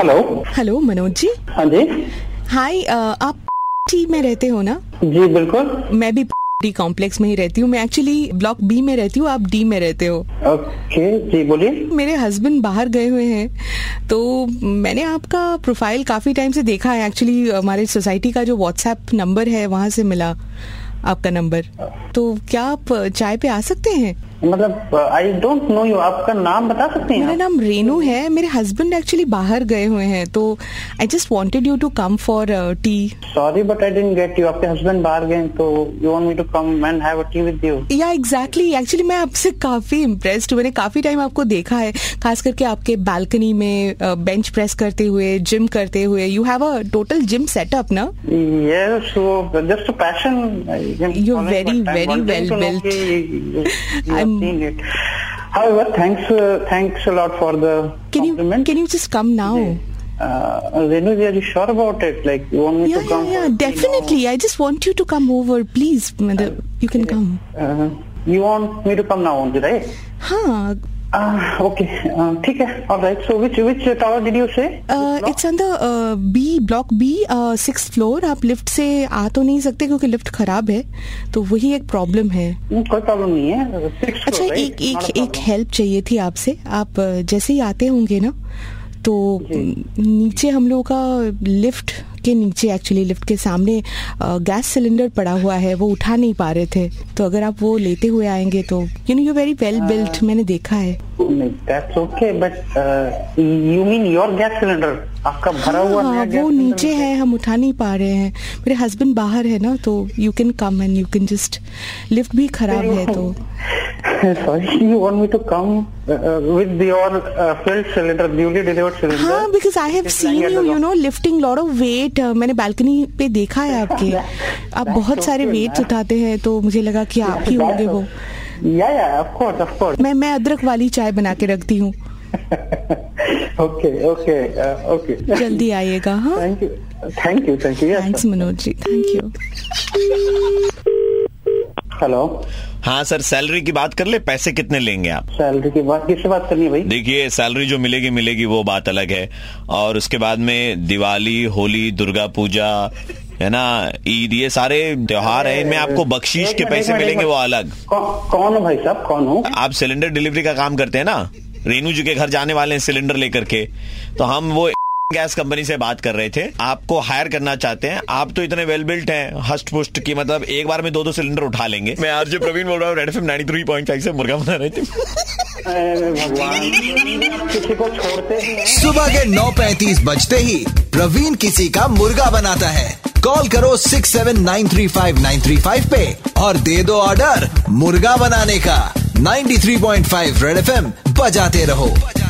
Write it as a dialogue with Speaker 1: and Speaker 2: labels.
Speaker 1: Hello Manoj ji
Speaker 2: हाँ जी
Speaker 1: hi अ, uh, आप टी में रहते हो ना
Speaker 2: जी बिल्कुल
Speaker 1: मैं भी डी कॉम्प्लेक्स में ही रहती हूँ मैं एक्चुअली ब्लॉक बी में रहती हूँ आप डी में रहते हो
Speaker 2: ओके जी बोलिए
Speaker 1: मेरे हस्बैंड बाहर गए हुए हैं तो मैंने आपका प्रोफाइल काफी टाइम से देखा है एक्चुअली हमारे सोसाइटी का जो व्हाट्सएप नंबर है वहाँ से मिला आपका नंबर तो क्या आप चाय पे आ सकते हैं
Speaker 2: मतलब आई डोंट नो यू आपका नाम बता सकते हैं
Speaker 1: मेरा
Speaker 2: आप?
Speaker 1: नाम रेनू है मेरे हस्बैंड एक्चुअली बाहर गए हुए हैं तो I just wanted you to come for tea
Speaker 2: sorry but I didn't get you आपके हस्बैंड बाहर गए हैं, तो you want me to come and have a tea with you
Speaker 1: yeah exactly actually मैं आपसे काफी इम्प्रेस्ड मैंने काफी टाइम आपको देखा है खास करके आपके बालकनी में बेंच प्रेस करते हुए जिम करते हुए you have a total gym setup ना
Speaker 2: यस वो just passion
Speaker 1: You're very, very well built. I'm-
Speaker 2: built However, thanks, uh, thanks a lot for the
Speaker 1: can you
Speaker 2: compliment.
Speaker 1: Can you just come now
Speaker 2: Uh, Renu, are you sure about it? Like, you want me
Speaker 1: yeah
Speaker 2: to तो
Speaker 1: yeah
Speaker 2: come?
Speaker 1: Yeah
Speaker 2: for tea? No.
Speaker 1: Definitely I just want you to come over please मतलब you can come
Speaker 2: Uh, you want me to come now only, right?
Speaker 1: हाँ
Speaker 2: Ah, okay. Uh, ठीक है. All right. So which which tower did you say?
Speaker 1: uh, it's on the B block B six floor uh, आप lift से आ तो नहीं सकते क्योंकि लिफ्ट खराब है तो वही एक प्रॉब्लम है
Speaker 2: Hmm, कोई प्रॉब्लम नहीं है Six
Speaker 1: अच्छा
Speaker 2: floor,
Speaker 1: एक
Speaker 2: right? Not a
Speaker 1: एक एक
Speaker 2: problem.
Speaker 1: हेल्प चाहिए थी आपसे आप अ, जैसे ही आते होंगे ना तो
Speaker 2: जी।
Speaker 1: नीचे हम लोगों का लिफ्ट के नीचे एक्चुअली लिफ्ट के सामने अ, गैस सिलेंडर पड़ा हुआ है वो उठा नहीं पा रहे थे तो अगर आप वो लेते हुए आएंगे तो you know you very well
Speaker 2: हाँ।
Speaker 1: बिल्ट मैंने देखा है
Speaker 2: नहीं, that's okay, but uh, you mean your gas cylinder? आपका भरा हुआ
Speaker 1: हाँ,
Speaker 2: नया gas
Speaker 1: वो
Speaker 2: cylinder
Speaker 1: नीचे है हम उठा नहीं पा रहे हैं मेरे हस्बैंड बाहर है ना तो you can come and you can just lift भी खराब है तो
Speaker 2: Sorry, you want me to come uh, uh, with your uh, filled cylinder, newly delivered cylinder?
Speaker 1: हाँ because I have
Speaker 2: It's lying
Speaker 1: seen
Speaker 2: at
Speaker 1: you
Speaker 2: the
Speaker 1: you know lifting lot of weight uh, मैंने balcony पे देखा है आपके
Speaker 2: That-
Speaker 1: आप
Speaker 2: that's
Speaker 1: बहुत सारे
Speaker 2: okay,
Speaker 1: weights
Speaker 2: man.
Speaker 1: उठाते हैं तो मुझे लगा कि आप ही
Speaker 2: That's
Speaker 1: होंगे वो
Speaker 2: okay. Yeah, yeah, of course, of course.
Speaker 1: मैं मैं अदरक वाली चाय बना के रखती हूँ
Speaker 2: Okay, okay, uh, okay.
Speaker 1: जल्दी आइएगा हाँ
Speaker 2: Thank you, thank you, thank you. Yes,
Speaker 1: thanks
Speaker 2: sir.
Speaker 1: Manoj ji thank you
Speaker 2: hello
Speaker 3: हाँ सर सैलरी की बात कर ले पैसे कितने लेंगे आप
Speaker 2: सैलरी की बात किससे बात करनी है भाई
Speaker 3: देखिए सैलरी जो मिलेगी मिलेगी वो बात अलग है और उसके बाद में दिवाली होली दुर्गा पूजा है ना ईद ये सारे त्योहार हैं इनमें आपको बख्शीश
Speaker 2: एक
Speaker 3: के
Speaker 2: मिनट,
Speaker 3: पैसे
Speaker 2: एक मिनट,
Speaker 3: मिलेंगे
Speaker 2: एक
Speaker 3: वो
Speaker 2: मिनट।
Speaker 3: अलग
Speaker 2: कौ- कौन हो भाई साहब कौन हो
Speaker 3: आप सिलेंडर डिलीवरी का काम करते हैं ना रेनू जी के घर जाने वाले हैं सिलेंडर लेकर के तो हम वो गैस कंपनी से बात कर रहे थे आपको हायर करना चाहते हैं आप तो इतने वेल बिल्ट हैं हस्ट पुष्ट की मतलब एक बार में दो दो सिलेंडर उठा लेंगे मैं आरजे प्रवीण बोल रहा हूँ रेड एफएम 93.5 से मुर्गा बना रहे थे
Speaker 2: अरे भगवान किसी को छोड़ते ही हैं
Speaker 4: सुबह के 9:35 बजते ही प्रवीण किसी का मुर्गा बनाता है कॉल करो 6793593 पे और दे दो ऑर्डर मुर्गा बनाने का 93.5 रेड एफएम बजाते रहो